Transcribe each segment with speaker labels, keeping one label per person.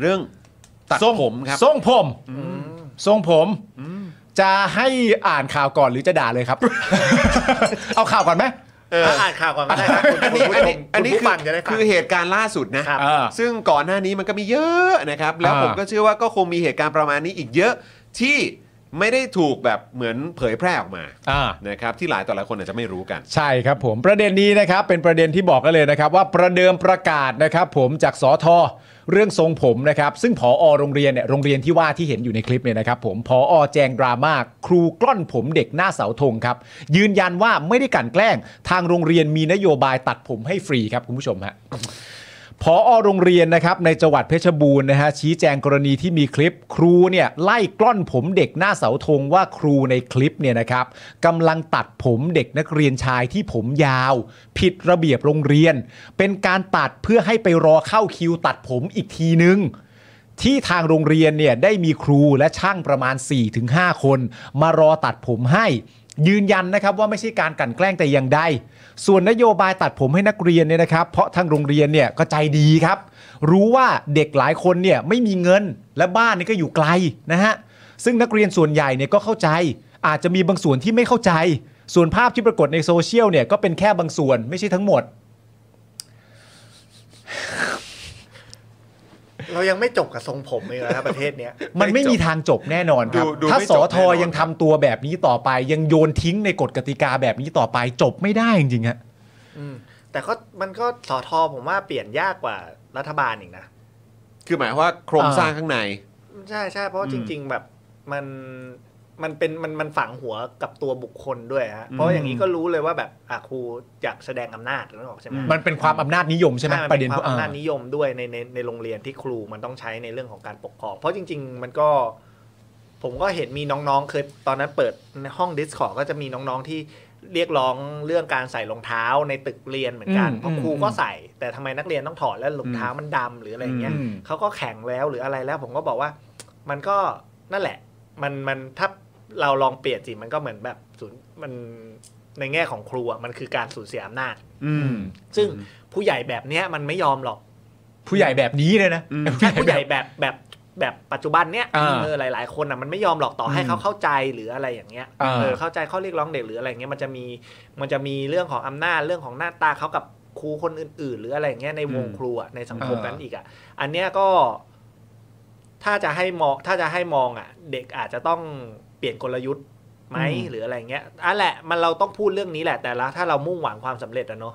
Speaker 1: เรื่องตัด
Speaker 2: ทรง
Speaker 1: ผมครับ
Speaker 2: ทรงผมทรงผม จะให้อ่านข่าวก่อนหรือจะด่า เลยครับ เอาข่าวก่อนไหม
Speaker 3: ะอ่านข่าวก่อนก็ได้ครับคุณ
Speaker 1: อันนี้
Speaker 3: คุณ
Speaker 1: อันนี้อัน
Speaker 3: ผู้ชม
Speaker 1: นี้คื
Speaker 3: คุณผู้
Speaker 1: อ
Speaker 3: ฟังจะได้ฟัง
Speaker 1: คือเหตุการณ์ล่าสุดนะครับ
Speaker 2: เออ
Speaker 1: ซึ่งก่อนหน้านี้มันก็มีเยอะนะครับ แล้ว
Speaker 2: อ่า
Speaker 1: ผมก็เชื่อว่าก็คงมีเหตุการณ์ประมาณนี้อีกเยอะที่ไม่ได้ถูกแบบเหมือนเผยแพร่ออกมา
Speaker 2: อ่า
Speaker 1: นะครับที่หลายต่อหลายคนอาจจะไม่รู้กัน
Speaker 2: ใช่ครับผมประเด็นนี้นะครับเป็นประเด็นที่บอกกันเลยนะครับ ว่าประเดิมประกาศนะครับ ผมจากสอทอเรื่องทรงผมนะครับ ซึ่งผอโรงเรียนเนี่ยโรงเรียนที่ว่าที่เห็นอยู่ในคลิปเนี่ยนะครับ ผมผอแจงดราม่าครูกล้อนผมเด็กหน้าเสาธงครับ ยืนยันว่าไม่ได้กลั่นแกล้ง ทางโรงเรียนมีนโยบายตัดผมให้ฟรีครับคุณผู้ชมฮะ พอโรงเรียนนะครับในจังหวัดเพชรบูรณ์นะฮะชี้แจงกรณีที่มีคลิป ครูเนี่ยไล่กล้อนผมเด็กหน้าเสาธงว่าครูในคลิปเนี่ยนะครับกำลังตัดผมเด็กนักเรียนชายที่ผมยาว ผิดระเบียบโรงเรียน เป็นการตัดเพื่อให้ไปรอเข้าคิวตัดผมอีกทีนึง ที่ทางโรงเรียนเนี่ยได้มีครูและช่างประมาณ 4-5 คน มารอตัดผมให้ ยืนยันนะครับว่าไม่ใช่การกลั่นแกล้งแต่อย่างใด ส่วนนโยบายตัดผมให้นักเรียนเนี่ยนะครับเพราะทางโรงเรียนเนี่ยก็ใจดีครับ รู้ว่าเด็กหลายคนเนี่ยไม่มีเงินและบ้านนี่ก็อยู่ไกลนะฮะ ซึ่งนักเรียนส่วนใหญ่เนี่ยก็เข้าใจ อาจจะมีบางส่วนที่ไม่เข้าใจ ส่วนภาพที่ปรากฏในโซเชียลเนี่ยก็เป็นแค่บางส่วนไม่ใช่ทั้งหมด
Speaker 3: เรายังไม่จบกับทรงผมเลยนะครับ ประเทศเนี้ย
Speaker 2: มันไม่มีทางจบแน่นอนครับ
Speaker 1: ดูดู
Speaker 2: ถ้า
Speaker 1: ไม่จบ
Speaker 2: สอทอ
Speaker 1: แน่นอน
Speaker 2: ยังทำตัวแบบนี้ต่อไป ยังโยนทิ้งในกฎกติกาแบบนี้ต่อไปจบไม่ได้จริงๆฮะ
Speaker 3: อืมแต่ก็มันก็สอทอผมว่าเปลี่ยนยากกว่ารัฐบาลอีกนะ
Speaker 1: คือหมายว่าโครงสร้างข้างใน
Speaker 3: ใช่ใช่เพราะว่าจริง ๆ แบบมันมันเป็นมันมันฝังหัวกับตัวบุคคลด้วยฮะเพราะอย่างนี้ก็รู้เลยว่าแบบอ่ะครูอยากแสดงอำนาจนึกออกใช่ไหม
Speaker 2: มันเป็นความอำนาจนิยมใช่ไหม
Speaker 3: ใช่
Speaker 2: ประเด็น
Speaker 3: ความ
Speaker 2: อ่า
Speaker 3: อำนาจนิยมด้วยในในในโรงเรียนที่ครูมันต้องใช้ในเรื่องของการปกครองเพราะจริง ๆ มันก็ ผมก็เห็นมีน้องๆเคยตอนนั้นเปิดในห้อง Discord ก็จะมีน้องๆที่เรียกร้องเรื่องการใส่รองเท้าในตึกเรียนเหมือนกันเพราะครูก็ใส่ แต่ทำไมนักเรียนต้องถอดและรองเท้ามันดำหรืออะไรอย่างเงี้ย
Speaker 2: อืม
Speaker 3: เขาก็แข็งแล้วหรืออะไรแล้วผมก็บอกว่า มันก็นั่นแหละ มันมันถ้าเราลองเปลี่ยนสิมันก็เหมือนแบบสูญมันในแง่ของครูอะมันคือการสูญเสียอำนาจ
Speaker 1: อืม
Speaker 3: ซึ่งผู้ใหญ่แบบเนี้ยมันไม่ยอมหรอก
Speaker 2: ผู้ใหญ่แบบนี้เลยนะ
Speaker 1: อืม
Speaker 3: ถ้าผู้ใหญ่แบบแบบแบบปัจจุบันเนี้ย
Speaker 2: อ่า
Speaker 3: เออหลาย ๆ คนอ่ะมันไม่ยอมหรอกต่อให้
Speaker 2: อืม
Speaker 3: เขาเข้าใจหรืออะไรอย่างเงี้ย
Speaker 2: อ่า
Speaker 3: เออเข้าใจข้อเรียกร้องเด็กหรืออะไรอย่างเงี้ยมันจะมีมันจะมีเรื่องของอำนาจเรื่องของหน้าตาเขากับครูคนอื่น ๆ หรืออะไรอย่างเงี้ยในวงครูอะในสังคมนั้นอีกอ่ะอันเนี้ยก็ ถ้าจะให้มองถ้าจะให้มองอ่ะ เด็กอาจจะต้องเปลี่ยนกลยุทธ์ไหม
Speaker 2: อืม
Speaker 3: หรืออะไรเงี้ยอ่ะแหละมันเราต้องพูดเรื่องนี้แหละ แต่ละถ้าเรามุ่งหวังความสำเร็จอะเนาะ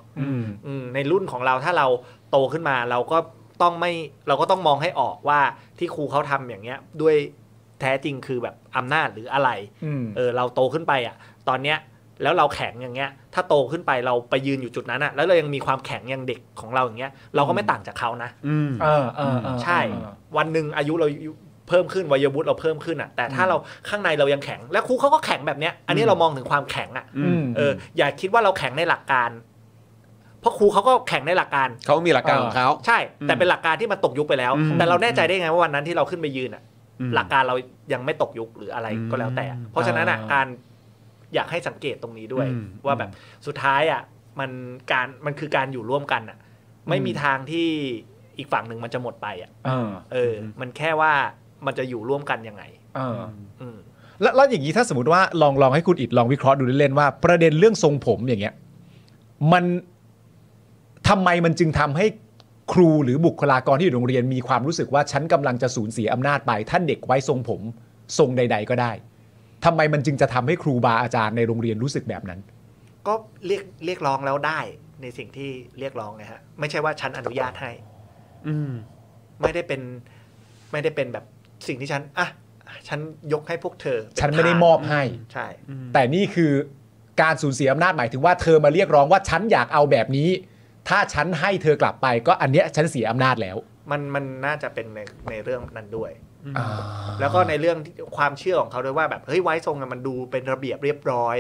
Speaker 3: อืมในรุ่นของเราถ้าเราโตขึ้นมาเราก็ต้องไม่เราก็ต้องมองให้ออกว่าที่ครูเขาทำอย่างเงี้ย ด้วยแท้จริงคือแบบอำนาจหรืออะไร
Speaker 2: อืม
Speaker 3: เออเราโตขึ้นไปอ่ะ ตอนเนี้ยแล้วเราแข็งอย่างเงี้ย ถ้าโตขึ้นไปเราไปยืนอยู่จุดนั้นอ่ะ แล้วเรายังมีความแข็งอย่างเด็กของเราอย่างเงี้ย เราก็ไม่ต่างจากเขานะ
Speaker 1: อืม
Speaker 2: อ่าอ่าอ่า
Speaker 3: ใช่
Speaker 2: อ่า
Speaker 3: วันหนึ่งอายุเราเพิ่มขึ้นวัยวุฒิเราเพิ่มขึ้นอ่ะ แต่ถ้าเราข้างในเรายังแข็ง และครูเขาก็แข็งแบบเนี้ย อันนี้เรามองถึงความแข็งอ่ะ
Speaker 1: อืม
Speaker 3: เออ อย่าคิดว่าเราแข็งในหลักการ เพราะครูเขาก็แข็งในหลักการ
Speaker 1: เขามีหลักการของเขา
Speaker 3: ใช่ แต่เป็นหลักการที่มันตกยุคไปแล้ว
Speaker 1: อืม
Speaker 3: แต่เราแน่ใจได้ไงว่าวันนั้นที่เราขึ้นไปยืนอ่ะ
Speaker 1: อืม
Speaker 3: หลักการเรายังไม่ตกยุคหรืออะไรก็แล้วแต่
Speaker 1: อืม
Speaker 3: เพราะฉะนั้นอ่ะ
Speaker 2: อ่า
Speaker 3: การอยากให้สังเกตตรงนี้ด้วย
Speaker 1: อืม
Speaker 3: ว่าแบบสุดท้ายอ่ะมันการมันคือการอยู่ร่วมกันอ่ะ ไม่มีทางที่อีกฝั่งหนึ่งมันจะหมดไปอ่ะ
Speaker 2: อ่า
Speaker 3: เออ มันแค่ว่ามันจะอยู่ร่วมกันยังไง
Speaker 2: อ่า
Speaker 3: อืม
Speaker 2: แล้วแล้วอย่างนี้ถ้าสมมติว่าลองลองให้คุณอิดลองวิเคราะห์ดูเล่นๆว่า ประเด็นเรื่องทรงผมอย่างเงี้ยมันทำไมมันจึงทำให้ครูหรือบุคลากรที่อยู่โรงเรียนมีความรู้สึกว่าฉันกำลังจะสูญเสียอำนาจไป ถ้าเด็กไว้ทรงผมทรงใด ๆ ก็ได้ทำไมมันจึงจะทำให้ครูบาอาจารย์ในโรงเรียนรู้สึกแบบนั้น
Speaker 3: ก็เรียกเรียกร้องแล้วได้ในสิ่งที่เรียกร้องไงฮะ ไม่ใช่ว่าฉันอนุญาตให้
Speaker 1: อืม
Speaker 3: ไม่ได้เป็นไม่ได้เป็นแบบสิ่งที่ฉันอ่ะฉันยกให้พวกเธอเป็
Speaker 2: ฉันไม่ได้
Speaker 3: ทาส
Speaker 2: มอบให้
Speaker 3: ใช่
Speaker 2: แต่นี่คือการสูญเสียอำนาจหมายถึงว่าเธอมาเรียกร้องว่าฉันอยากเอาแบบนี้ ถ้าฉันให้เธอกลับไป ก็อันเนี้ยฉันเสียอำนาจแล้ว
Speaker 3: มันมันน่าจะเป็นในในเรื่องนั้นด้วย แล้วก็ในเรื่องที่ความเชื่อของเขาด้วยว่าแบบเฮ้ยไว้ทรงอะมันดูเป็นระเบียบเรียบร้อย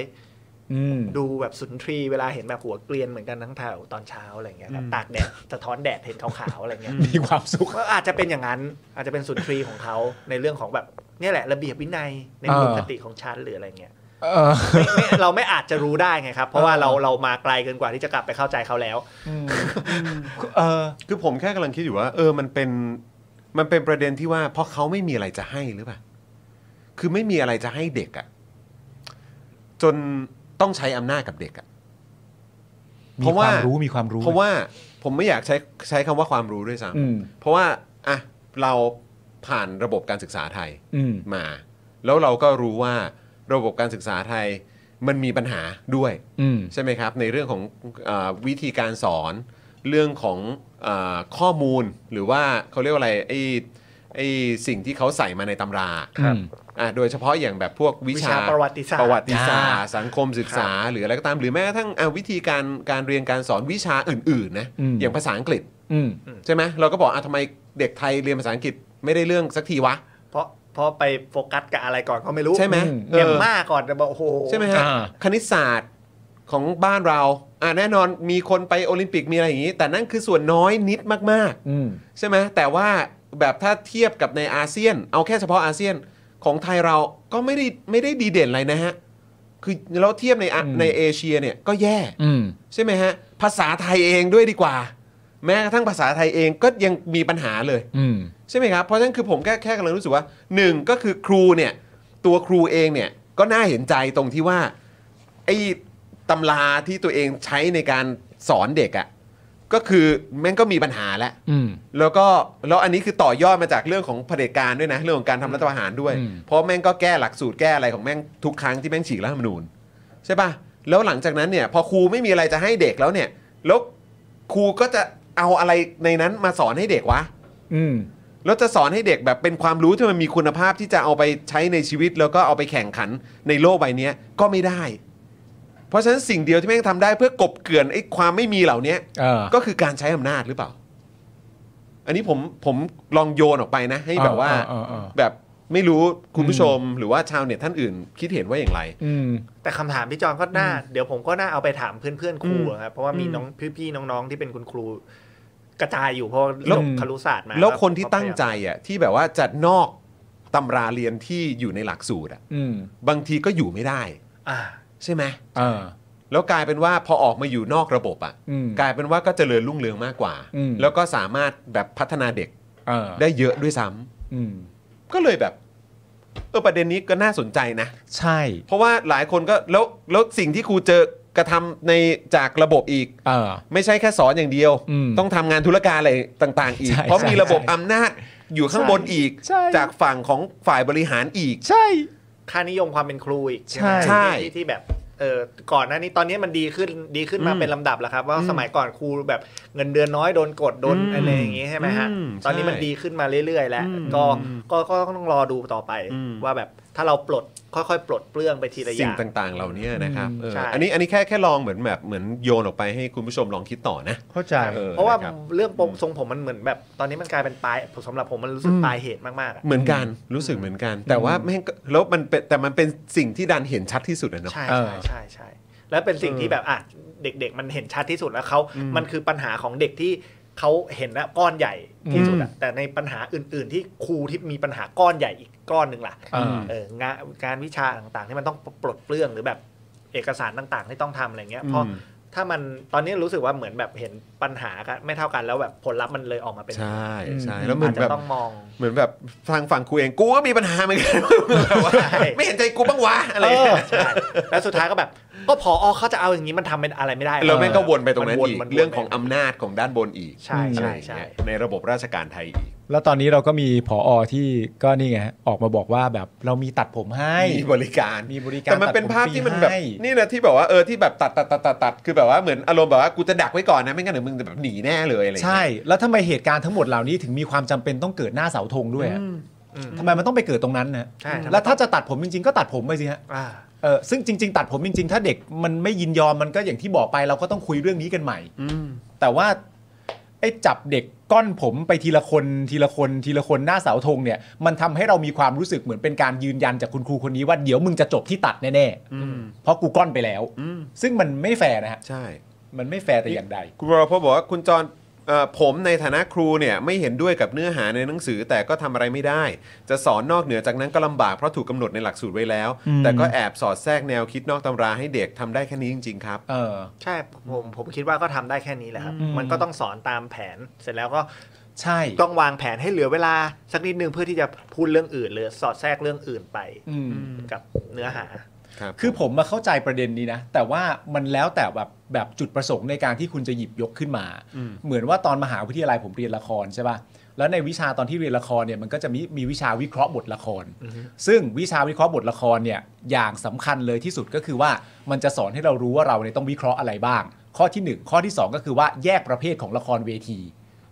Speaker 2: อืม
Speaker 3: ดูแบบสุนทรีเวลาเห็นแบบหัวเกลียนเหมือนกันทั้งแถวตอนเช้าอะไรเงี้ยครับ
Speaker 1: อืม
Speaker 3: ตากแดดสะท้อนแดดเห็นขาวๆอะไรเงี้ย
Speaker 2: มีความสุข
Speaker 3: ก็อาจจะเป็นอย่างนั้นอาจจะเป็นสุนทรีของเขาในเรื่องของแบบเนี่ยแหละระเบียบวินัยในมุม
Speaker 2: เออ
Speaker 3: คติของชั้นหรืออะไรเงี้ย
Speaker 2: เออ
Speaker 3: ไม่ไม่เราไม่อาจจะรู้ได้ไงครับ เพราะว่า
Speaker 2: เออ
Speaker 3: เราเรามาไกลเกินกว่าที่จะกลับไปเข้าใจเขาแล้ว
Speaker 2: เออ
Speaker 1: คือผมแค่กำลังคิดอยู่ว่า เออมันเป็น มันเป็นประเด็นที่ว่าเพราะเขาไม่มีอะไรจะให้หรือเปล่า คือไม่มีอะไรจะให้เด็กอะจนต้องใช้อำนาจกับเด็กอะ
Speaker 2: มี
Speaker 1: เพราะ
Speaker 2: ค
Speaker 1: ว่า
Speaker 2: วามรู้มีความรู้
Speaker 1: เพราะว่าผมไม่อยากใช้ใช้คำว่าความรู้ด้วยซ้
Speaker 2: อืม
Speaker 1: ำเพราะว่าอ่ะเราผ่านระบบการศึกษาไทย
Speaker 2: อืม
Speaker 1: มา แล้วเราก็รู้ว่าระบบการศึกษาไทยมันมีปัญหาด้วย
Speaker 2: อืม
Speaker 1: ใช่ไหมครับ ในเรื่องของเออวิธีการสอนเรื่องของเออข้อมูลหรือว่าเขาเรียกว่าอะไรไอ้ไอ้สิ่งที่เขาใส่มาในตำรา
Speaker 3: ครับ
Speaker 2: อืม
Speaker 1: อ่ะโดยเฉพาะอย่างแบบพวกวิ
Speaker 3: วิชาประวัติศาสตร์
Speaker 1: ประวัติศาสตร์ สังคมศึกษา
Speaker 3: ครับ
Speaker 1: หรืออะไรก็ตามหรือแม้กระทั่งอ่ะวิธีการการเรียนการสอนวิชาอื่นๆนะ
Speaker 2: อืม
Speaker 1: อย่างภาษาอังกฤษ
Speaker 2: อืม
Speaker 1: ใช่ไหมเราก็บอกอ่ะทำไมเด็กไทยเรียนภาษาอังกฤษไม่ได้เรื่องสักทีวะ
Speaker 3: เพราะเพราะไปโฟกัสกับอะไรก่อนก็ไม่รู้
Speaker 1: ใช่ไหม
Speaker 2: อืม
Speaker 1: เออ
Speaker 3: เมียนมาก่อนแต่บอกโอ้โห
Speaker 1: ใช่ไหมฮะ
Speaker 2: อ่า
Speaker 1: คณิตศาสตร์ของบ้านเราอ่าแน่นอนมีคนไปโอลิมปิกมีอะไรอย่างนี้ แต่นั่นคือส่วนน้อยนิดมาก
Speaker 2: อืม
Speaker 1: ๆ ใช่ไหมแต่ว่าแบบถ้าเทียบกับในอาเซียน เอาแค่เฉพาะอาเซียนของไทยเราก็ไม่ได้ไม่ได้ดีเด่นอะไรนะฮะ คือแล้วเทียบในอะในเอเชียเนี่ยก็แย่
Speaker 2: อืม
Speaker 1: ใช่ไหมฮะ ภาษาไทยเองด้วยดีกว่า แม้กระทั่งภาษาไทยเองก็ยังมีปัญหาเลย
Speaker 2: อืม
Speaker 1: ใช่ไหมครับ เพราะฉะนั้นคือผมแค่แค่กำลังรู้สึกว่าหนึ่งก็คือครูเนี่ย ตัวครูเองเนี่ย ก็น่าเห็นใจตรงที่ว่า ไอ้ตำราที่ตัวเองใช้ในการสอนเด็กอะ่ะก็คือแม่งก็มีปัญหาแล้ว
Speaker 2: อืม
Speaker 1: แล้วก็แล้วอันนี้คือต่อยอดมาจากเรื่องของเผด็จการด้วยนะ เรื่องของการทำรัฐประหารด้วย
Speaker 2: อืม
Speaker 1: เพราะแม่งก็แก้หลักสูตรแก้อะไรของแม่งทุกครั้งที่แม่งฉีกรัฐธรรมนูญใช่ปะแล้วหลังจากนั้นเนี่ย พอครูไม่มีอะไรจะให้เด็กแล้วเนี่ยแล้วครูก็จะเอาอะไรในนั้นมาสอนให้เด็กวะ
Speaker 2: อืม
Speaker 1: แล้วจะสอนให้เด็กแบบเป็นความรู้ที่มันมีคุณภาพที่จะเอาไปใช้ในชีวิต แล้วก็เอาไปแข่งขันในโลกใบเนี้ยก็ไม่ได้ เพราะฉะนั้นสิ่งเดียวที่แม่งทำได้เพื่อกลบเกลื่อนไอ้ความไม่มีเหล่าเนี้ย
Speaker 2: เออ
Speaker 1: ก็คือการใช้อำนาจหรือเปล่า อันนี้ผมผมลองโยนออกไปนะ ให้แบบว่า
Speaker 2: เออเออเออเออ
Speaker 1: แบบไม่รู้คุณผู้ชมหรือว่าชาวเน็ตท่านอื่น คิดเห็นว่าอย่างไร
Speaker 2: อืม
Speaker 3: แต่คำถามพี่จอนก็น่า เดี๋ยวผมก็น่าเอาไปถามเพื่อนๆครู
Speaker 1: อืม
Speaker 3: อะครับเพราะว่ามี
Speaker 1: อืม
Speaker 3: น้องพี่ๆน้องๆที่เป็นคุณครู กระจายอยู่เพราะ
Speaker 1: แล้ว
Speaker 3: จบครุศาสตร์มา
Speaker 1: แล้วคนที่
Speaker 3: ก็พยา
Speaker 1: ตั้ง
Speaker 3: ยาม
Speaker 1: ใจอ่ะที่แบบว่าจะนอกตำราเรียนที่อยู่ในหลักสูตรอ่ะ
Speaker 2: อืม
Speaker 1: บางทีก็อยู่ไม่ได้
Speaker 3: อ่า
Speaker 1: ใช่ไหม
Speaker 2: เออ
Speaker 1: แล้วกลายเป็นว่าพอออกมาอยู่นอกระบบอะ
Speaker 2: อืม
Speaker 1: กลายเป็นว่าก็เจริญรุ่งเรืองมากกว่า
Speaker 2: อืม
Speaker 1: แล้วก็สามารถแบบพัฒนาเด็ก
Speaker 2: เออ
Speaker 1: ได้เยอะด้วยซ้ำ
Speaker 2: อืม
Speaker 1: ก็เลยแบบเออประเด็นนี้ก็น่าสนใจนะ
Speaker 2: ใช่
Speaker 1: เพราะว่าหลายคนก็แล้วแล้วสิ่งที่ครูเจอกระทำในจากระบบอีก
Speaker 2: เออ
Speaker 1: ไม่ใช่แค่สอนอย่างเดียว
Speaker 2: อืม
Speaker 1: ต้องทำงานธุรการอะไรต่าง ๆ อีก
Speaker 2: ใช่
Speaker 1: เพราะมี
Speaker 2: ใช่
Speaker 1: ระบบอำนาจอยู่ข้างบนอีก
Speaker 2: ใช่
Speaker 1: จากฝั่งของฝ่ายบริหารอีก
Speaker 2: ใช่
Speaker 3: ค่านิยมความเป็นครูอีก
Speaker 2: ใช่
Speaker 3: ไหม
Speaker 1: ใช่
Speaker 3: ที่ที่แบบเออก่อนหน้านี้ตอนนี้มันดีขึ้นดีขึ้นมา
Speaker 1: อืม
Speaker 3: เป็นลำดับแล้วครับ ว่าสมัยก่อนครูแบบเงินเดือนน้อยโดนกดโดน
Speaker 1: อืม
Speaker 3: อะไรอย่างงี้ใช่ไหมฮะ
Speaker 1: อืม
Speaker 3: ตอนนี้มันดีขึ้นมาเรื่อย ๆ แล้ว
Speaker 1: อืม
Speaker 3: ก็ก็ก็ก็ต้องรอดูต่อไป
Speaker 1: อืม
Speaker 3: ว่าแบบถ้าเราปลดค่อยๆ ปลดเปลื้องไปทีละอ
Speaker 1: สิ่
Speaker 3: ย่าง
Speaker 1: งต่างๆ เหล่านี้นะครับเออ
Speaker 3: ใช่
Speaker 1: อันนี้อันนี้แค่แค่ลองเหมือนแบบเหมือนโยนออกไปให้คุณผู้ชมลองคิดต่อนะ
Speaker 2: เข้าใจ
Speaker 1: เออ
Speaker 3: เพราะว่า
Speaker 1: ครับ
Speaker 3: เรื่องปมทรงผมมันเหมือนแบบ ตอนนี้มันกลายเป็นปลายสำหรับผมมันรู้สึกปลายเหตุมากๆอะ
Speaker 1: เหมือนกันรู้สึกเหมือนกัน แต่ว่าแม่งก็แล้วมันเป็นแต่มันเป็นสิ่งที่ดันเห็นชัดที่สุดอะเนาะ
Speaker 3: ใช่
Speaker 2: เอ
Speaker 3: ใช่
Speaker 2: อ
Speaker 3: ใช่ใช่แล้วเป็นสิ่งที่แบบอ่ะเด็ก ๆ มันเห็นชัดที่สุดแล้วเขามันคือปัญหาของเด็กที่เขาเห็นนะก้อนใหญ่ที่สุดอะแต่ในปัญหาอื่น ๆ ที่ครูที่มีปัญหาก้อนใหญ่อีกก้อนหนึ่งล่ะ
Speaker 2: เออ
Speaker 3: เอองานการวิชาต่างๆที่มันต้องปลดเปลื้องหรือแบบเอกสารต่างๆ ที่ต้องทำอะไรเงี้ยเพราะ
Speaker 1: อืม
Speaker 3: ถ้ามันตอนนี้รู้สึกว่าเหมือนแบบเห็นปัญหากันไม่เท่ากันแล้วแบบผลลัพธ์มันเลยออกมาเป็น
Speaker 1: ใช่ใช่
Speaker 2: อืม
Speaker 1: แล้วเหมื
Speaker 3: อา
Speaker 1: อน
Speaker 3: จจะ
Speaker 1: แบบ
Speaker 3: ต้องมอง
Speaker 1: เหมือนแบบทางฝั่งครูเองกูก็มีปัญหาเหมือนกัน แบบว่า
Speaker 3: ใช่
Speaker 1: ไม่เห็นใจกูบ้างวะอะไร
Speaker 2: เออ
Speaker 3: ใช่แล้วสุดท้ายก็แบบ ก็พออเขาจะเอาอย่างนี้มันทำเป็นอะไรไม่ได้
Speaker 1: แล้วแม่งก็วนไปตรงนั้น
Speaker 3: มั
Speaker 1: อีก
Speaker 3: มั
Speaker 1: เรื่องของอำนาจของด้านบนอีก
Speaker 3: ใช่
Speaker 1: อะไร
Speaker 3: ใช่
Speaker 1: อย่าง
Speaker 3: ใช่
Speaker 1: เงี้ยในระบบราชการไทยอีก
Speaker 2: แล้วตอนนี้เราก็มีผออที่ก็นี่ไงฮะออกมาบอกว่าแบบเรามีตัดผมให้
Speaker 1: มีบริการ
Speaker 2: มีบริการ
Speaker 1: แต่มันเป็นภาพที่มันแบบ
Speaker 2: ตัดผมฟรีให้
Speaker 1: นี่นะที่แบบว่าเออที่แบบตัดตัดตัดตัดตัดคือแบบว่าเหมือนอารมณ์แบบว่ากูจะดักไว้ก่อนนะไม่งั้นเดี๋ยวมึงจะแบบหนีแน่เลยอะไรอย่าง
Speaker 2: ใช่
Speaker 1: เงี้ย
Speaker 2: แล้วทำไมเหตุการณ์ทั้งหมดเหล่านี้ถึงมีความจำเป็นต้องเกิดหน้าเสาธงด้วยอะ
Speaker 3: อืม
Speaker 2: ทำไมมันต้องไปเกิดตรงนั้นนะ
Speaker 3: ใช่ทำไม
Speaker 2: แล้วถ้าจะตัดผมจริงๆ ก็ตัดผมไปสิฮะ
Speaker 3: อ่า
Speaker 2: เออซึ่งจริง ๆ ตัดผมจริง ๆ ถ้าเด็กมันไม่ยินยอมมันก็อย่างที่บอกไปเราก็ต้องคุยเรื่องนี้กันใหม่
Speaker 1: อืม
Speaker 2: แต่ว่าไอ้จับเด็กก้อนผมไปทีละคนทีละคนทีละคนหน้าเสาธงเนี่ย มันทำให้เรามีความรู้สึกเหมือนเป็นการยืนยันจากคุณครูคนนี้ว่าเดี๋ยวมึงจะจบที่ตัดแน่
Speaker 1: อืม
Speaker 2: ๆเพราะกูก้อนไปแล้ว
Speaker 1: อืม
Speaker 2: ซึ่งมันไม่แฟร์นะฮะ
Speaker 1: ใช่
Speaker 2: มันไม่แฟร์แต่อย่างใด
Speaker 1: คุณวรพจน์บอกว่าคุณจรเอ่อผมในฐานะครูเนี่ยไม่เห็นด้วยกับเนื้อหาในหนังสือแต่ก็ทำอะไรไม่ได้ จะสอนนอกเหนือจากนั้นก็ลำบากเพราะถูกกำหนดในหลักสูตรไว้แล้ว
Speaker 2: อืม
Speaker 1: แต่ก็แอบสอดแทรกแนวคิดนอกตำราให้เด็กทำได้แค่นี้จริง ๆ ครับ
Speaker 2: เออ
Speaker 3: ใช่ผมผมคิดว่าก็ทำได้แค่นี้แหละครับ
Speaker 2: อืม
Speaker 3: มันก็ต้องสอนตามแผนเสร็จแล้วก็
Speaker 2: ใช่
Speaker 3: ต้องวางแผนให้เหลือเวลาสักนิดนึงเพื่อที่จะพูดเรื่องอื่นหรือสอดแทรกเรื่องอื่นไป
Speaker 2: อืม
Speaker 3: กับเนื้อหา
Speaker 1: ครับ
Speaker 2: คือผมมาเข้าใจประเด็นนี้นะ แต่ว่ามันแล้วแต่แบบแบบจุดประสงค์ในการที่คุณจะหยิบยกขึ้นมา เหมือนว่าตอนมหาวิทยาลัยผมเรียนละครใช่ป่ะแล้วในวิชาตอนที่เรียนละครเนี่ยมันก็จะมีมีวิชาวิเคราะห์บทละคร ซึ่งวิชาวิเคราะห์บทละครเนี่ยอย่างสำคัญเลยที่สุดก็คือว่ามันจะสอนให้เรารู้ว่าเราเนี่ยต้องวิเคราะห์อะไรบ้าง ข้อทีหนึ่งข้อที่สองก็คือว่าแยกประเภทของละครเวที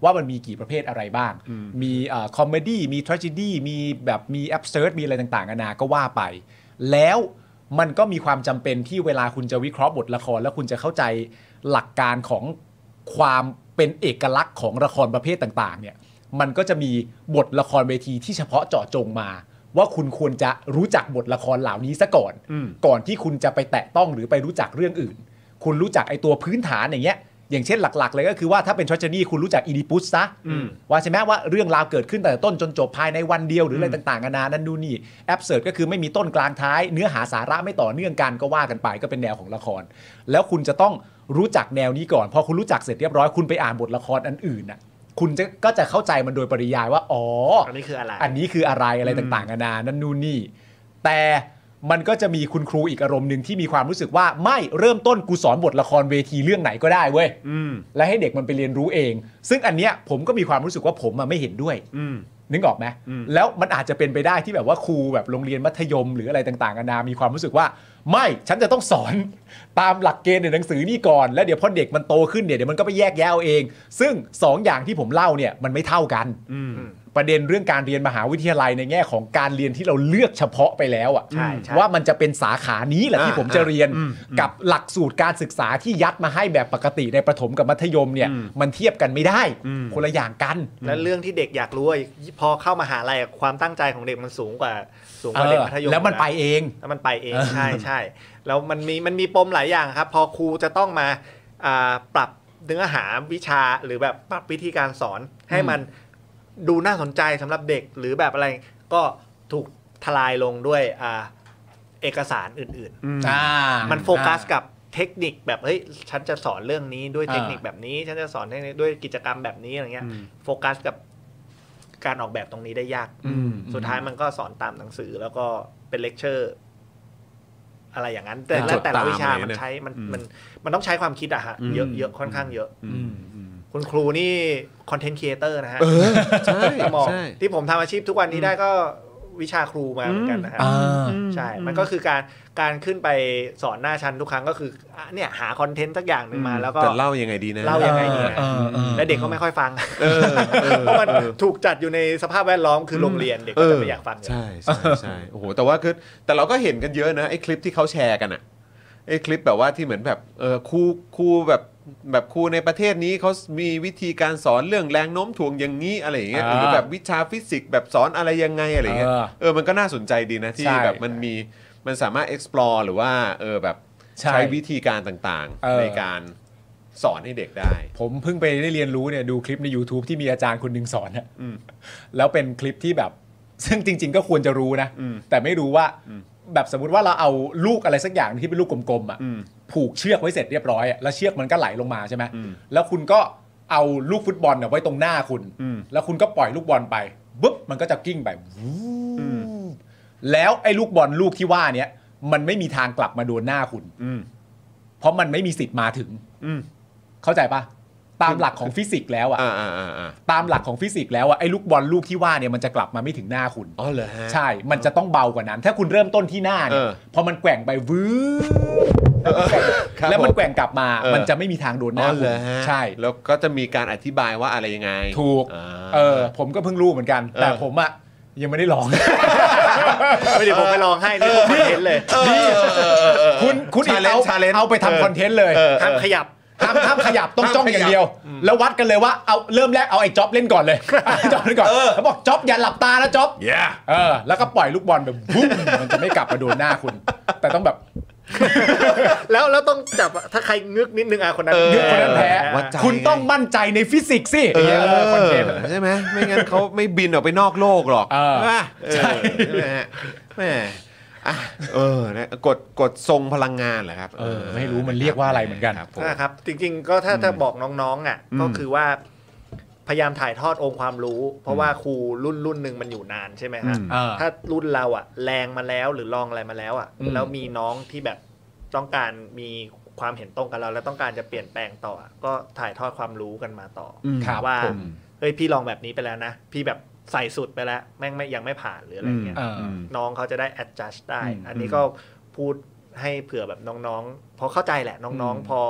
Speaker 2: ว่ามันมีกี่ประเภทอะไรบ้าง มีคอมเมดี้ มีทร agedy มีแบบมีแอบเซิร์มีอะไรต่างๆนานาก็ว่าไป แล้วมันก็มีความจำเป็นที่เวลาคุณจะวิเคราะห์บทละคร แล้วคุณจะเข้าใจหลักการของความเป็นเอกลักษณ์ของละครประเภทต่างๆ เนี่ย มันก็จะมีบทละครเวทีที่เฉพาะเจาะจงมา ว่าคุณควรจะรู้จักบทละครเหล่านี้ซะก่อน ก่อนที่คุณจะไปแตะต้องหรือไปรู้จักเรื่องอื่น คุณรู้จักไอตัวพื้นฐานอย่างเงี้ย อย่างเช่นหลัก ๆ เลยก็คือว่าถ้าเป็นทร agedy คุณรู้จักอีดิปุสซะว่าใช่ไหมว่าเรื่องราวเกิดขึ้นแต่ต้นจนจบภายในวันเดียวหรืออะไรต่างๆนานานั่นดูนนี่แอบเสิร์ก็คือไม่มีต้นกลางท้าย เนื้อหาสาระไม่ต่อเนื่องกันก็ว่ากันไปก็เป็นแนวของละคร แล้วคุณจะต้องรู้จักแนวนี้ก่อน พอคุณรู้จักเสร็จเรียบร้อยคุณไปอ่านบทละครอันอื่นน่ะ คุณจะก็จะเข้าใจมันโดยปริยายว่าอ๋อ
Speaker 3: อันนี้คืออะไร
Speaker 2: อันนี้คืออะไรอะไรต่างๆนานานั่นนู่นนี่ แต่มันก็จะมีคุณครูอีกอารมณ์หนึ่งที่มีความรู้สึกว่าไม่เริ่มต้นกูสอนบทละครเวทีเรื่องไหนก็ได้เว้ย
Speaker 1: อืม
Speaker 2: และให้เด็กมันไปเรียนรู้เอง ซึ่งอันเนี้ยผมก็มีความรู้สึกว่าผมอะไม่เห็นด้วย
Speaker 1: อืม
Speaker 2: นึกออกไหม
Speaker 1: อืม
Speaker 2: แล้วมันอาจจะเป็นไปได้ที่แบบว่าครูแบบโรงเรียนมัธยมหรืออะไรต่างๆนานามีความรู้สึกว่า ไม่ฉันจะต้องสอน ตามหลักเกณฑ์ในหนังสือนี่ก่อนแล้วเดี๋ยวพอเด็กมันโตขึ้นเนี่ยเดี๋ยวมันก็ไปแยกแยะเอาเอง ซึ่งสองอย่างที่ผมเล่าเนี่ยมันไม่เท่ากัน
Speaker 1: อืม
Speaker 2: ประเด็นเรื่องการเรียนมหาวิทยาลัยในแง่ของการเรียนที่เราเลือกเฉพาะไปแล้วอ่ะ
Speaker 3: ใช่ใช่
Speaker 2: ว่ามันจะเป็นสาขานี้แหละที่
Speaker 1: อ่า
Speaker 2: ผมจะเรียน
Speaker 1: อืม
Speaker 2: กับหลักสูตรการศึกษาที่ยัดมาให้แบบปกติในประถมกับมัธยมเนี่ย
Speaker 1: อืม
Speaker 2: มันเทียบกันไม่ได้
Speaker 1: อืม
Speaker 2: คนละอย่างกัน
Speaker 3: และเรื่องที่เด็กอยากรู้อะพอเข้ามาหาลัยอะความตั้งใจของเด็กมันสูงกว่าสูงก
Speaker 2: เอ
Speaker 3: ว่า
Speaker 2: อ
Speaker 3: เด็กมัธยม
Speaker 2: แล้วมัน
Speaker 3: อยู่ะ
Speaker 2: ไปเอง
Speaker 3: แล้วมันไปเอง
Speaker 2: เออ
Speaker 3: ใช่ใช่แล้วมันมีมันมีปมหลายอย่างครับ พอครูจะต้องมาอ่าปรับเนื้อหาวิชาหรือแบบปรับวิธีการสอนให้มันดูน่าสนใจสำหรับเด็กหรือแบบอะไรก็ถูกทลายลงด้วยอ่าเอกสารอื่น
Speaker 2: า
Speaker 3: ๆ มันโฟกัสกับเทคนิคแบบเฮ้ยฉันจะสอนเรื่องนี้ด้วยเทคนิคแบบนี้ ฉันจะสอนเทคนิคด้วยกิจกรรมแบบนี้อะไรเงี้ย
Speaker 1: อืม
Speaker 3: โฟกัสกับการออกแบบตรงนี้ได้ยาก
Speaker 2: อืม
Speaker 3: สุดท้ายมันก็สอนตามหนังสือแล้วก็เป็นเลคเชอร์ อะไรอย่างนั้น แต่
Speaker 1: เป็น
Speaker 3: และ
Speaker 1: จด
Speaker 3: แต่ละวิชา
Speaker 1: ตามเลย
Speaker 3: มัน
Speaker 1: นะ
Speaker 3: ใช้มัน
Speaker 1: อืม
Speaker 3: มันมันต้องใช้ความคิดอะฮะ
Speaker 1: อืม
Speaker 3: เยอะเยอะค่อนข้างเยอะ
Speaker 1: อืมอืม
Speaker 3: คุณครูนี่คอนเทนต์ครีเอเตอร์นะฮะ
Speaker 1: เออใช่
Speaker 3: ที่มอง
Speaker 1: ใช่
Speaker 3: ที่ผมทำอาชีพทุกวันนี้ได้ก็วิชาครูมาเหมือนกันนะฮะ
Speaker 2: อ่า
Speaker 3: ใช่ มันก็คือการการขึ้นไปสอนหน้าชั้นทุกครั้งก็คืออ่ะเนี่ยหาคอนเทนต์สักอย่างหนึ่งมาแล้วก็
Speaker 1: จะเล่ายังไงดีนะ
Speaker 3: เล่ายังไงดีนะ
Speaker 2: เออเออ
Speaker 3: และเด็กก็ไม่ค่อยฟัง
Speaker 1: เออเออ
Speaker 3: เพราะมัน
Speaker 1: เออ
Speaker 3: ถูกจัดอยู่ในสภาพแวดล้อมคือโรงเรียนเด็กก็จะไม่อยากฟังอยู่
Speaker 1: ใช่ใช่ใช่โอ้โห แต่ว่าคือแต่เราก็เห็นกันเยอะนะไอ้คลิปที่เขาแชร์กันอะไอ้คลิปแบบว่าที่เหมือนแบบเออครูครูแบบแบบครูในประเทศนี้เขามีวิธีการสอนเรื่องแรงโน้มถ่วงอย่างนี้อะไรอย่างเงี้ย
Speaker 2: อ่า
Speaker 1: หรือแบบวิชาฟิสิกส์แบบสอนอะไรยังไงอะไรเงี้ย
Speaker 2: เออ
Speaker 1: เออมันก็น่าสนใจดีนะที่
Speaker 2: ใช่
Speaker 1: แบบมันมีมันสามารถ explore หรือว่าเออแบบ
Speaker 2: ใช่
Speaker 1: ใช้วิธีการต่าง
Speaker 2: เอ
Speaker 1: ๆ
Speaker 2: อ
Speaker 1: ในการสอนให้เด็กได้
Speaker 2: ผมเพิ่งไปได้เรียนรู้เนี่ยดูคลิปใน YouTube ที่มีอาจารย์คนหนึ่งสอนอะ
Speaker 1: อืม
Speaker 2: แล้วเป็นคลิปที่แบบ ซึ่งจริง ๆ ก็ควรจะรู้นะ
Speaker 1: อืม
Speaker 2: แต่ไม่รู้ว่า
Speaker 1: อืม
Speaker 2: แบบสมมติว่าเราเอาลูกอะไรสักอย่างที่เป็นลูกกลมๆอะ
Speaker 1: อืม
Speaker 2: ผูกเชือกไว้เสร็จเรียบร้อยอะแล้วเชือกมันก็ไหลลงมาใช่ไหม
Speaker 1: อืม
Speaker 2: แล้วคุณก็เอาลูกฟุตบอลเนี่ยไว้ตรงหน้าคุณ
Speaker 1: อืม
Speaker 2: แล้วคุณก็ปล่อยลูกบอลไปปุ๊บมันก็จะกิ้งไปวู้แล้วไอ้ลูกบอลลูกที่ว่าเนี่ยมันไม่มีทางกลับมาโดนหน้าคุณ
Speaker 1: อืม
Speaker 2: เพราะมันไม่มีสิทธิ์มาถึง
Speaker 1: อืม
Speaker 2: เข้าใจปะตามหลักของฟิสิกส์แล้วอะ
Speaker 1: อ่าอ่าอ่าอ่า
Speaker 2: ตามหลักของฟิสิกส์แล้วอะไอ้ลูกบอลลูกที่ว่าเนี่ยมันจะกลับมาไม่ถึงหน้าคุณ
Speaker 1: อ๋อเหรอฮะ
Speaker 2: ใช่ มันจะต้องเบากว่านั้น ถ้าคุณเริ่มต้นที่หน้าเนี่ย
Speaker 1: เออ
Speaker 2: พอมันแกว่งไปวื้อ
Speaker 1: ครับ
Speaker 2: แล้วมัน
Speaker 1: ผม
Speaker 2: แกว่งกลับมา มันจะไม่มีทางโดนห
Speaker 1: อ๋
Speaker 2: น้า
Speaker 1: อเห
Speaker 2: คุ
Speaker 1: ร
Speaker 2: ณ
Speaker 1: อฮะ
Speaker 2: ใช่
Speaker 1: แล้วก็จะมีการอธิบายว่าอะไรยังไง
Speaker 2: ถูก
Speaker 1: า
Speaker 2: เออ ผมก็เพิ่งรู้เหมือนกัน แต่
Speaker 1: เออ
Speaker 2: ผมอะยังไม่ได้ลอง
Speaker 3: ไม่เดี๋ยวผมไปลองให้นี่ผมคอนเทนต์เลย
Speaker 1: เออเออเออเออ
Speaker 2: คุณคุณอีก
Speaker 1: Challenge
Speaker 2: เอา
Speaker 1: Challenge
Speaker 2: เอาไปทำคอนเทนต์เลย
Speaker 1: เออ
Speaker 3: ห้ามขยับ
Speaker 2: ห้ามห้ามขยับต้องจ้อง
Speaker 1: ห้ามข
Speaker 2: อ
Speaker 1: ยับ
Speaker 2: ย่างเดียว แล้ววัดกันเลยว่าเอาเริ่มแรกเอาไอ้จ็อบเล่นก่อนเลย ไอ้จ็อบเล่นก่อนเขาบอกจ็อบอย่าหลับตานะจ็อบ
Speaker 1: Yeah
Speaker 2: เออแล้วก็ปล่อยลูกบอลแบบบุ้มมันจะไม่กลับมาโดนหน้าคุณ แต่ต้องแบบ
Speaker 3: แล้วแล้วต้องจับอะถ้าใครงึกนิดนึงอ่ะคนนั้น
Speaker 1: เออ
Speaker 2: นึกคนนั้นแพ้
Speaker 1: วัดใจ
Speaker 2: คุณต้องมั่นใจในฟิสิกส์สิ
Speaker 1: เอ
Speaker 2: เออคอนเทนต์
Speaker 1: อใช่ไหมไม่งั้นเขาไม่บินออกไปนอกโลกหรอก
Speaker 2: เออ
Speaker 1: ว่า
Speaker 2: ใช่
Speaker 1: ใช่ไหมฮะแหม่อ่ะเออนะกดกดทรงพลังงานเหรอครับ
Speaker 2: เออไม่รู้มันเรียกว่าอะไรเหมือนกัน
Speaker 1: ครับผม
Speaker 3: นะครับ จริง ๆ ก็ถ้าถ้าบอกน้องๆอ่ะ ก็คือว่า พยายามถ่ายทอดองค์ความรู้ เพราะว่าครูรุ่นรุ่นหนึ่งมันอยู่นานใช่ไหมฮะ
Speaker 1: อืม
Speaker 2: อ่า
Speaker 3: ถ้ารุ่นเราอะแรงมาแล้วหรือลองอะไรมาแล้วอะ
Speaker 2: อืม
Speaker 3: แล้วมีน้องที่แบบต้องการมีความเห็นตรงกับเรา แล้วต้องการจะเปลี่ยนแปลงต่ออะก็ถ่ายทอดความรู้กันมาต่ออ
Speaker 2: ครับ
Speaker 3: ว่า
Speaker 2: ผม
Speaker 3: เฮ้ยพี่ลองแบบนี้ไปแล้วนะ พี่แบบใส่สุดไปแล้ว แม่งไม่ยังไม่ผ่านหรืออะไรเงี้ย
Speaker 2: อ่า
Speaker 3: น้องเขาจะได้ adjust ได้
Speaker 2: อืม
Speaker 3: อันนี้ก็พูดให้เผื่อแบบน้องๆ พอเข้าใจแหละน้อง
Speaker 2: อืม
Speaker 3: ๆ พอ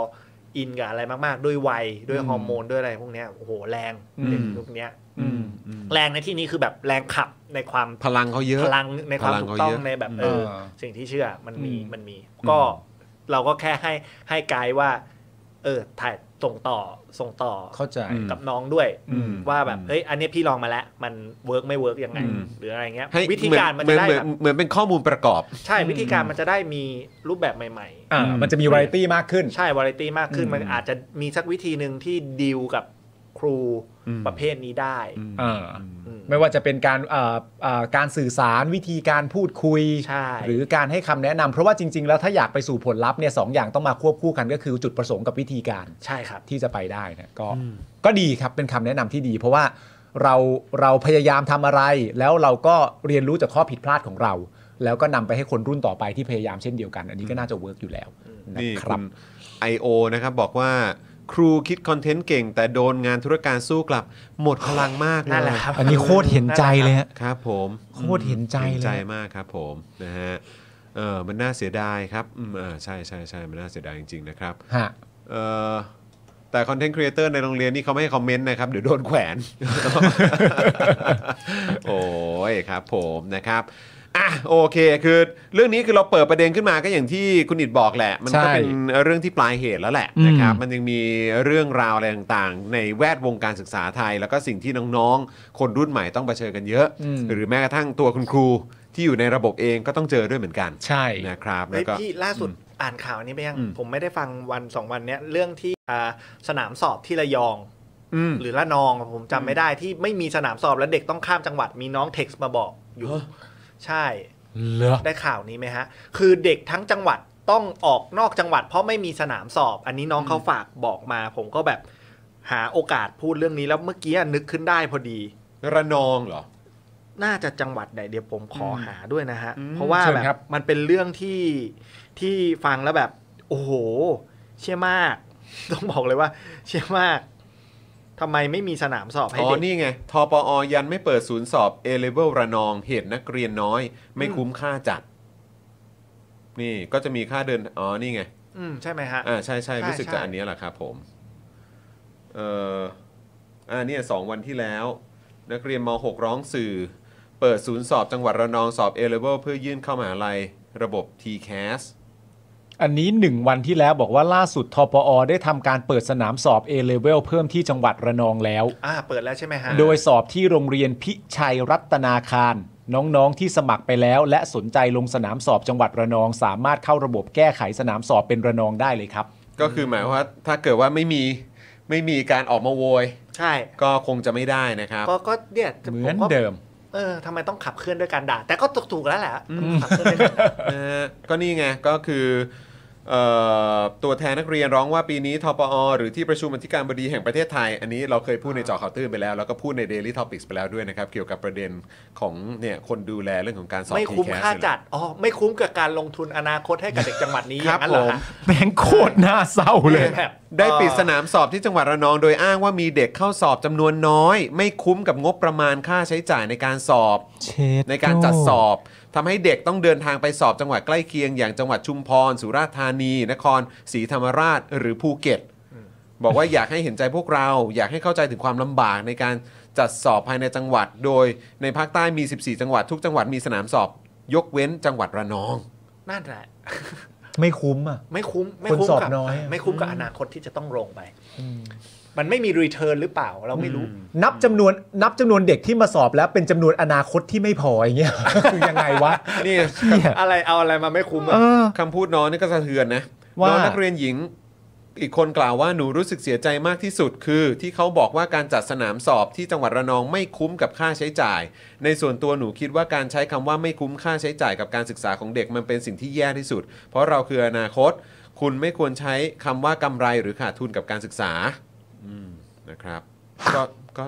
Speaker 3: อินกับอะไรมากๆ ด้วยวัยด้วย
Speaker 2: อืม
Speaker 3: ฮอร์โมนด้วยอะไรพวกเนี้ยโอ้โหแรง
Speaker 2: อืม
Speaker 3: เด็กยุคเนี้ย
Speaker 2: อืม
Speaker 3: แรงในที่นี้คือแบบแรงขับในความ
Speaker 1: พลังเขาเยอะ
Speaker 3: พลังในความ
Speaker 1: พลัง
Speaker 3: ถูก
Speaker 1: เขา
Speaker 3: ต้อง
Speaker 1: เยอะ
Speaker 3: ในแบบเออ
Speaker 2: เออ
Speaker 3: สิ่งที่เชื่อมันมี
Speaker 2: อืม
Speaker 3: มันมี ก็เราก็แค่ให้ให้ไกด์ว่า เออถ่ายส่งต่อส่งต่อ
Speaker 2: เข้าใจ
Speaker 3: กับน้องด้วย
Speaker 2: อืม
Speaker 3: ว่าแบบเฮ้ยอันนี้พี่ลองมาแล้ว มันเวิร์กไม่เวิร์กยังไง
Speaker 2: อืม
Speaker 3: หรืออะไรเงี้ย
Speaker 1: ให้
Speaker 3: วิธีการมัน
Speaker 1: เหมือน
Speaker 3: จะได้
Speaker 1: เหมือ
Speaker 3: แบ
Speaker 1: น
Speaker 3: บ
Speaker 1: เหมือนเป็นข้อมูลประกอบ
Speaker 3: ใช่วิธีการมันจะได้มีรูปแบบใหม่
Speaker 2: อ่ามันจะมีวาไรตี้มากขึ้น
Speaker 3: ๆ ใช่วาไรตี้มากขึ้น
Speaker 2: อืม
Speaker 3: มันอาจจะมีสักวิธีหนึ่งที่ดีลกับครู
Speaker 1: อืม
Speaker 3: ประเภทนี้ได้
Speaker 2: อ่า
Speaker 3: อืม
Speaker 2: ไม่ว่าจะเป็นการเอ่อเอ่อการสื่อสารวิธีการพูดคุย
Speaker 3: ใช่
Speaker 2: หรือการให้คำแนะนำเพราะว่าจริง ๆ แล้วถ้าอยากไปสู่ผลลัพธ์เนี่ยสองอย่างต้องมาควบคู่กันก็คือจุดประสงค์กับวิธีการ
Speaker 3: ใช่ครับ
Speaker 2: ที่จะไปได้นะก็ก็ดีครับเป็นคำแนะนำที่ดี เพราะว่าเราเราพยายามทำอะไร แล้วเราก็เรียนรู้จากข้อผิดพลาดของเรา แล้วก็นำไปให้คนรุ่นต่อไปที่พยายามเช่นเดียวกัน อันนี้ก็น่าจะเวิร์กอยู่แล้วนะ
Speaker 1: นี่
Speaker 2: ค
Speaker 1: คุ
Speaker 2: รับ
Speaker 1: ณ I.O. นะครับบอกว่าครูคิดคอนเทนต์เก่ง แต่โดนงานธุรการสู้กลับ หมดพลังมากเลย
Speaker 3: นั่นแหละครับ
Speaker 2: อันนี้โคตรเห็นใจเลยฮะ
Speaker 1: ครับผม
Speaker 2: โคตรเห็นใจเลย
Speaker 1: เห็นใจมากครับผมนะฮะเออมันน่าเสียดายครับอืมเออใช่ใช่ใช่มันน่าเสียดายจริงๆนะครับ
Speaker 2: ฮะ
Speaker 1: เอ่อแต่คอนเทนต์ครีเอเตอร์ในโรงเรียนนี่เขาไม่ให้คอมเมนต์นะครับ เดี๋ยวโดนแขวน โอ้ยครับผมนะครับอ่ะโอเค คือเรื่องนี้คือเราเปิดประเด็นขึ้นมาก็อย่างที่คุณอิดบอกแหละ มันก็
Speaker 2: ใช่
Speaker 1: เป็นเรื่องที่ปลายเหตุแล้วแหละ
Speaker 2: อืม
Speaker 1: นะครับมันยังมีเรื่องราวอะไรต่างๆ ในแวดวงการศึกษาไทย แล้วก็สิ่งที่น้องๆ คนรุ่นใหม่ต้องเผชิญกันเยอะ
Speaker 2: อืม
Speaker 1: หรือแม้กระทั่งตัวคุณครูที่อยู่ในระบบเองก็ต้องเจอด้วยเหมือนกัน
Speaker 2: ใช่
Speaker 1: นะครับแล้
Speaker 3: เฮ้ยว
Speaker 1: ก็
Speaker 3: พี่ล่าสุดอ่านข่าวอันนี้ไปยัง
Speaker 1: อืม
Speaker 3: ผมไม่ได้ฟังวันสองวันเนี้ยเรื่องที่อ่าสนามสอบที่ระยอง
Speaker 1: อืม
Speaker 3: หรือละนองผมจำไม่ได้ที่ไม่มีสนามสอบแล้วเด็กต้องข้ามจังหวัดมีน้องเท็กซ์มาบอกอยู่ ใช่
Speaker 2: เหรอ
Speaker 3: ได้ข่าวนี้ไหมฮะ คือเด็กทั้งจังหวัดต้องออกนอกจังหวัด เพราะไม่มีสนามสอบ อันนี้น้องเขาฝากบอกมา ผมก็แบบหาโอกาสพูดเรื่องนี้แล้วเมื่อกี้นึกขึ้นได้พอดี
Speaker 1: ระนองเหรอ
Speaker 3: น่าจะจังหวัดไหนเดี๋ยวผมขอหาด้วยนะฮะ
Speaker 1: อืม
Speaker 3: เพราะว่า
Speaker 2: เชิญ
Speaker 3: แบ
Speaker 2: ครับ บ
Speaker 3: มันเป็นเรื่องที่ที่ฟังแล้วแบบ โอ้โห เชี่ยมาก ต้องบอกเลยว่า เชี่ยมากทำไมไม่มีสนามสอบให้
Speaker 1: อ๋อ
Speaker 3: เด็ก
Speaker 1: นี่ไง ทปอ ยันไม่เปิดศูนย์สอบ A level ระนอง เหตุนักเรียนน้อย ไม่
Speaker 3: อืม
Speaker 1: คุ้มค่าจัด นี่ก็จะมีค่าเดิน อ๋อ นี่ไง
Speaker 3: อืมใช่ไหมฮะ
Speaker 1: อ่า ใช่ใช่
Speaker 3: ใช่
Speaker 1: รู้สึก
Speaker 3: ใช่
Speaker 1: จะอันเนี้ยแหละครับผม เอ่ออ่าเนี่ยสองวันที่แล้ว นักเรียนม .6 ร้องสื่อ เปิดศูนย์สอบจังหวัดระนองสอบ A level เพื่อยื่นเข้ามหาลัยระบบ TCAS
Speaker 2: อันนี้หนึ่งวันที่แล้วบอกว่าล่าสุดทปอ ได้ทำการเปิดสนามสอบ A level เพิ่มที่จังหวัดระนองแล้ว
Speaker 3: อ่าเปิดแล้วใช่ไหมฮะ
Speaker 2: โดยสอบที่โรงเรียนพิชัยรัตนาคาร น้องๆที่สมัครไปแล้ว และสนใจลงสนามสอบจังหวัดระนอง สามารถเข้าระบบแก้ไขสนามสอบเป็นระนองได้เลยครับ
Speaker 1: ก็คือหมายว่าถ้าเกิดว่าไม่มีไม่มีการออกมาโวย
Speaker 3: ใช่
Speaker 1: ก็คงจะไม่ได้นะครับ
Speaker 3: ก็ก็เนี่ย
Speaker 2: เห
Speaker 3: ผ
Speaker 2: มือน
Speaker 3: ก็
Speaker 2: เดิม
Speaker 3: เออทำไมต้องขับเคลื่อนด้วยการด่า แต่ก็ถูกๆแล้วแหละขับเคลื่อนด้วยการด่า
Speaker 1: นะฮะก็นี่ไง ก็คือเอ่อตัวแทนนักเรียนร้องว่าปีนี้ทปอ หรือที่ประชุมอธิการบดีแห่งประเทศไทย อันนี้เราเคยพูดในเจอข่าวตื้นไปแล้ว แล้วก็พูดใน Daily Topics ไปแล้วด้วยนะครับ เกี่ยวกับประเด็นของเนี่ยคนดูแลเรื่องของการสอบ
Speaker 3: ไม่คุ้ม
Speaker 1: TCAS
Speaker 3: ค่า
Speaker 1: เนี่ย
Speaker 3: จัด อ๋อ ไม่คุ้มกับการลงทุนอนาคตให้กับเด็กจังหวัดนี้อ
Speaker 1: ครับ
Speaker 3: ย่างนั้นเหร
Speaker 1: ผ
Speaker 3: อ
Speaker 1: ม
Speaker 3: ฮะ
Speaker 2: แม่งโคตรน่าเศร้าเลย
Speaker 3: แบบ
Speaker 1: ได้ปิดสนามสอบที่จังหวัดระนองโดยอ้างว่ามีเด็กเข้าสอบจำนวนน้อย ไม่คุ้มกับงบประมาณค่าใช้จ่ายในการสอบ
Speaker 2: เช
Speaker 1: ในการจัดสอบทำให้เด็กต้องเดินทางไปสอบจังหวัดใกล้เคียง อย่างจังหวัดชุมพร สุราษฎร์ธานี นครศรีธรรมราชหรือภูเก็ต บอกว่าอยากให้เห็นใจพวกเรา อยากให้เข้าใจถึงความลำบากในการจัดสอบภายในจังหวัด โดยในภาคใต้มี 14 จังหวัดทุกจังหวัดมีสนามสอบ ยกเว้นจังหวัดระนอง
Speaker 3: นั่นแหละ
Speaker 2: ไม่คุ้มอ่ะ
Speaker 3: ไม่คุ้ม ไม่
Speaker 2: คน
Speaker 3: คุ้ม
Speaker 2: สอบ
Speaker 3: กับ
Speaker 2: น้อยอะ
Speaker 3: ไม่คุ้มกับอนาคตที่จะต้องลงไป มันไม่มีรีเทิร์นหรือเปล่า เราไม่รู้
Speaker 1: อืม
Speaker 2: นับจำนวนนับจำนวนเด็กที่มาสอบแล้วเป็นจำนวนอนาคตที่ไม่พออย่างเงี้ย คือยังไงวะ
Speaker 1: นี่
Speaker 2: เนี่ย
Speaker 3: อะไรเอาอะไรมาไม่คุ้มอะ
Speaker 2: เออ
Speaker 1: คำพูดน้องนี่ก็สะเทือนนะ
Speaker 2: ว่า
Speaker 1: น้องนักเรียนหญิงอีกคนกล่าวว่าหนูรู้สึกเสียใจมากที่สุดคือ ที่เขาบอกว่าการจัดสนามสอบที่จังหวัดระนองไม่คุ้มกับค่าใช้จ่าย ในส่วนตัวหนูคิดว่าการใช้คำว่าไม่คุ้มค่าใช้จ่ายกับการศึกษาของเด็กมันเป็นสิ่งที่แย่ที่สุด เพราะเราคืออนาคต คุณไม่ควรใช้คำว่ากำไรหรือขาดทุนกับการศึกษาอืมนะครับ ก็ ก็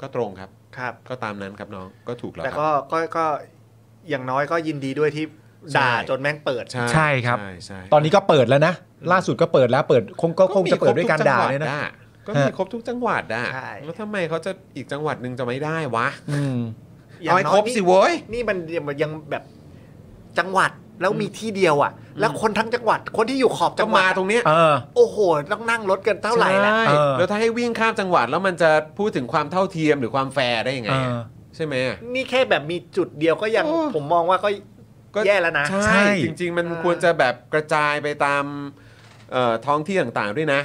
Speaker 1: ก็ตรงครับ
Speaker 3: ครับ
Speaker 1: ก็ตามนั้นครับน้องก็ถูกแล้ว
Speaker 3: แต่
Speaker 1: ครับ
Speaker 3: ก็ก็ก็อย่างน้อยก็ยินดีด้วยที่ด่า
Speaker 1: ใช่
Speaker 3: จนแม่งเปิด
Speaker 2: ใช่ครับ
Speaker 1: ใช่ใช่
Speaker 2: ตอนนี้ก็เปิดแล้วนะ ล่าสุดก็เปิดแล้วเปิดคงก็คงจะเปิดด้วยการด่า
Speaker 1: มีคบทุ
Speaker 2: เนี่ยนะ
Speaker 1: จังหวัดอก็มี
Speaker 2: ฮะ
Speaker 1: ครบทุกจังหวัดอ่ะ
Speaker 3: ใช่
Speaker 1: แล้วทำไมเขาจะอีกจังหวัดหนึ่งจะไม่ได้วะ
Speaker 2: อืม
Speaker 1: เอาให้ครบสิโว้ย
Speaker 3: นี่มันยังแบบจังหวัดแล้วมีที่เดียวอ่ะ แล้วคนทั้งจังหวัด คนที่อยู่ขอบ
Speaker 1: ก็
Speaker 3: จังหวั
Speaker 1: มา
Speaker 3: ด
Speaker 1: ตรงเนี้ย
Speaker 2: เออ
Speaker 3: โอ้โหต้องนั่งรถกันเท่าไหร่นะ
Speaker 1: ใช่
Speaker 2: เออ
Speaker 1: แล้วถ้าให้วิ่งข้ามจังหวัดแล้วมันจะพูดถึงความเท่าเทียมหรือความแฟร์ได้ยังไง
Speaker 2: เอ
Speaker 1: อะ
Speaker 2: อ
Speaker 1: ใช่ไหมอะ
Speaker 3: นี่แค่แบบมีจุดเดียวก็ยัง
Speaker 1: โอ้
Speaker 3: ผมมองว่าก็แย่แล้วนะ
Speaker 1: ใช
Speaker 2: ใช่
Speaker 1: ่ จริง ๆ มัน
Speaker 3: เออ
Speaker 1: ควรจะแบบกระจายไปตามเอ่อท้องที่ต่างๆด้วยนะ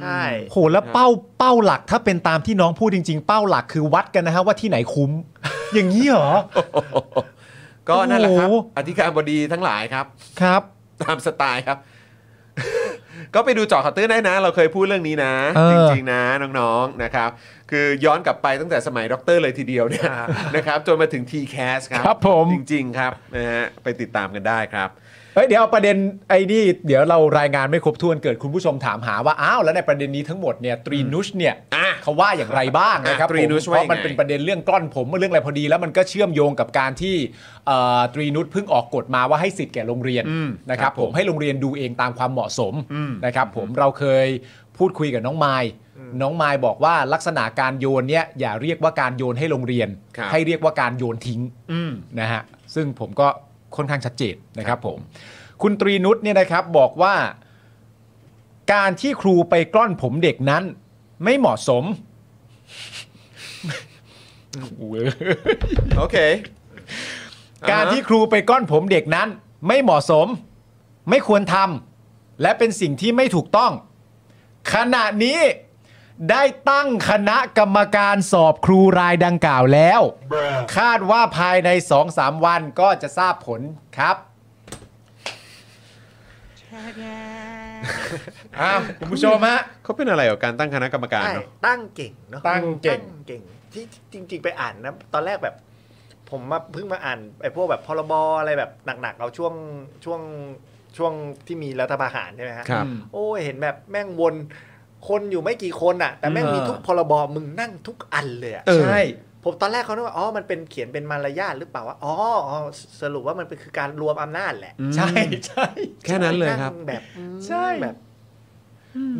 Speaker 3: ใช่
Speaker 2: โหแล้วเป้าเป้าหลักถ้าเป็นตามที่น้องพูดจริง ๆ เป้าหลักคือวัดกันนะฮะว่าที่ไหนคุ้ม อย่างนี้เหรอ
Speaker 1: ก็นั่นแหละครับ
Speaker 2: โอ้โห
Speaker 1: อธิการบดีทั้งหลายครับ
Speaker 2: ครับ
Speaker 1: ตามสไตล์ครับ ก็ไปดูเจอข่าวตื้นได้นะ เราเคยพูดเรื่องนี้นะ
Speaker 2: เออ
Speaker 1: จริงๆนะน้องๆนะครับ คือย้อนกลับไปตั้งแต่สมัยด็อกเตอร์เลยทีเดียวเนี่ย นะครับจนมาถึง TCAS ครับ
Speaker 2: ครับผม
Speaker 1: จริง ๆ ครับนะฮะไปติดตามกันได้ครับ
Speaker 2: เฮ้ยเดี๋ยวเอาประเด็นไอ้นี่เดี๋ยวเรารายงานไม่ครบถ้วนเกิดคุณผู้ชมถามหาว่าอ้าวแล้วในประเด็นนี้ทั้งหมดเนี่ยตรีนุชเนี่ย
Speaker 1: อ่ะ
Speaker 2: เขาว่าอย่างไรบ้างนะครับ
Speaker 1: อ่ะตรีนุช
Speaker 2: ผมเพ
Speaker 1: ว่ายัง
Speaker 2: ราะ
Speaker 1: ไง
Speaker 2: มันเป็นประเด็นเรื่องกล้อนผมเรื่องอะไรพอดี แล้วมันก็เชื่อมโยงกับการที่เอ่อตรีนุชเพิ่งออกกฎมาว่าให้สิทธิ์แก่โรงเรียนนะครับผมให้โรงเรียนดูเองตามความเหมาะสมนะครับผมเราเคยพูดคุยกับน้องไมล์น้องไมล์บอกว่าลักษณะการโยนเนี่ยอย่าเรียกว่าการโยนให้โรงเรียน
Speaker 1: ครับ
Speaker 2: ให้เรียกว่าการโยนทิ้ง นะฮะซึ่งผมก็ค่อนข้างชัดเจนนะครับผม คุณตรีนุชเนี่ยนะครับบอกว่า การที่ครูไปกล้อนผมเด็กนั้น ไม่เหมาะสม
Speaker 1: โอเค
Speaker 2: การที่ครูไปกล้อนผมเด็กนั้น ไม่เหมาะสม ไม่ควรทำและเป็นสิ่งที่ไม่ถูกต้อง ขณะนี้ได้ตั้งคณะกรรมการสอบครูรายดังกล่าวแล้ว คาดว่าภายใน 2-3 วันก็จะทราบผลครับอ้าวคุณผู้ชมฮะ
Speaker 1: เขาเป็นอะไรกับการตั้งคณะกรรมการ
Speaker 3: ใช่
Speaker 1: เนาะ
Speaker 3: ตั้งเก่งเนาะ
Speaker 2: ตั้งเก่ง
Speaker 3: เก่งที่จริง ๆ ไปอ่านนะตอนแรกแบบ ผมมาเพิ่งมาอ่านไอ้พวกแบบพรบอะไรแบบหนักๆเอาช่วงช่วงช่วงที่มีรัฐประหารใช่ไหมฮะ
Speaker 1: ครับ
Speaker 3: โอ้ยเห็นแบบแม่งวนคนอยู่ไม่กี่คนอ่ะ แต่แม่งมีทุกพรบมึงนั่งทุกอันเลยอ่ะ
Speaker 1: เออ
Speaker 2: ใช่
Speaker 3: ผมตอนแรกเขาคิดว่าอ๋อมันเป็นเขียนเป็นมารยาทหรือเปล่าวะอ๋ออ๋อสรุปว่ามันเป็นคือการรวมอำนาจแหละ
Speaker 2: ใช่ใช่
Speaker 1: แค่นั้นเลยครับ
Speaker 3: นั่งแบบอืม
Speaker 2: ใช่
Speaker 3: แบบ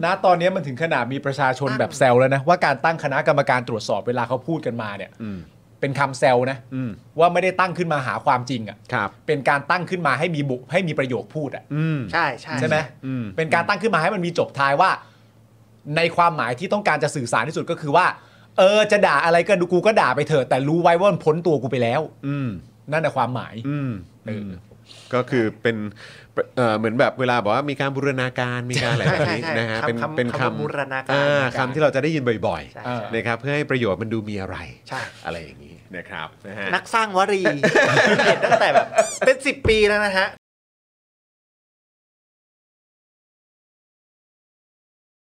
Speaker 2: ณตอนนี้มันถึงขนาดมีประชาชนแบบแซวแล้วนะ ว่าการตั้งคณะกรรมการตรวจสอบเวลาเขาพูดกันมาเนี่ย
Speaker 1: อืม
Speaker 2: เป็นคำแซวนะ
Speaker 1: อืม
Speaker 2: ว่าไม่ได้ตั้งขึ้นมาหาความจริงอ่ะ
Speaker 1: ครับ
Speaker 2: เป็นการตั้งขึ้นมาให้มีบุให้มีประโยคพูดอ่ะ
Speaker 1: อืม
Speaker 3: ใช่ใช่
Speaker 2: ใช่ไหม
Speaker 1: อืม
Speaker 2: เป็นการตั้งขึ้นมาให้มันมีจบท้ายว่า ในความหมายที่ต้องการจะสื่อสารที่สุดก็คือว่า เออจะด่าอะไรก็ดูกูก็ด่าไปเถอะแต่รู้ไว้ว่ามันพ้นตัวกูไปแล้ว
Speaker 1: อืม
Speaker 2: นั่นนะความหมาย
Speaker 1: อืม
Speaker 2: เออ
Speaker 1: ก็คือเป็นเอ่อเหมือนแบบเวลาบอกว่ามีการบูรณาการมีการอะไรแบบนี้นะฮะเป็นเป็นคำ
Speaker 3: บูรณาการ
Speaker 1: อ่า
Speaker 3: ใช่
Speaker 1: คำที่เราจะได้ยินบ่อย
Speaker 3: ใช่
Speaker 2: เออ
Speaker 1: ๆนะครับเพื่อให้ประโยชน์มันดูมีอะไร
Speaker 3: ใช่
Speaker 1: อะไรอย่างนี้นะครับนะฮะ
Speaker 3: นักสร้างวรี เห็นตั้งแต่แบบเป็นสิบปีแล้วนะฮะ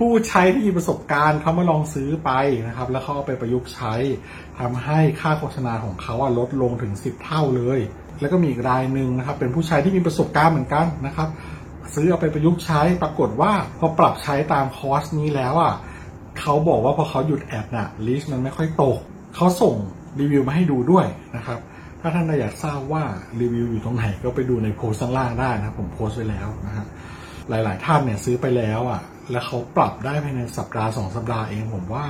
Speaker 4: ผู้ใช้ที่มีประสบการณ์เขามาลองซื้อไปนะครับ แล้วเขาเอาไปประยุกต์ใช้ทำให้ค่าโฆษณาของเขาอะลดลงถึง 10 เท่าเลย แล้วก็มีอีกรายหนึ่งนะครับ เป็นผู้ใช้ที่มีประสบการณ์เหมือนกันนะครับ ซื้อเอาไปประยุกต์ใช้ปรากฏว่าพอปรับใช้ตามคอร์สนี้แล้วอ่ะเขาบอกว่าพอเขาหยุดแอดน่ะลิสต์มันไม่ค่อยตกเขาส่งรีวิวมาให้ดูด้วยนะครับ ถ้าท่านอยากทราบว่ารีวิวอยู่ตรงไหนก็ไปดูในโพสต์ข้างล่างได้นะครับผมโพสต์ไว้แล้วนะฮะ หลาย ๆ ท่านเนี่ยซื้อไปแล้วอ่ะ แล้วเขาปรับได้ภายในสัปดาห์สองสัปดาห์เองผมว่า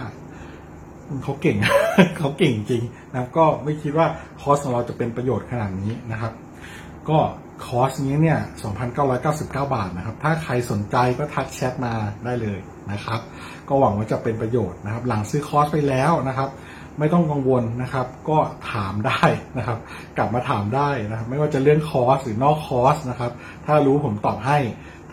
Speaker 4: เขาเก่ง เขาเก่งจริงนะครับก็ไม่คิดว่าคอร์สของเราจะเป็นประโยชน์ขนาดนี้นะครับ ก็คอร์สนี้เนี่ย 2,999 บาทนะครับ ถ้าใครสนใจก็ทักแชทมาได้เลยนะครับ ก็หวังว่าจะเป็นประโยชน์นะครับ หลังซื้อคอร์สไปแล้วนะครับ ไม่ต้องกังวลนะครับ ก็ถามได้นะครับ กลับมาถามได้นะครับ ไม่ว่าจะเรื่องคอร์สหรือนอกคอร์สนะครับ ถ้ารู้ผมตอบให้ ถ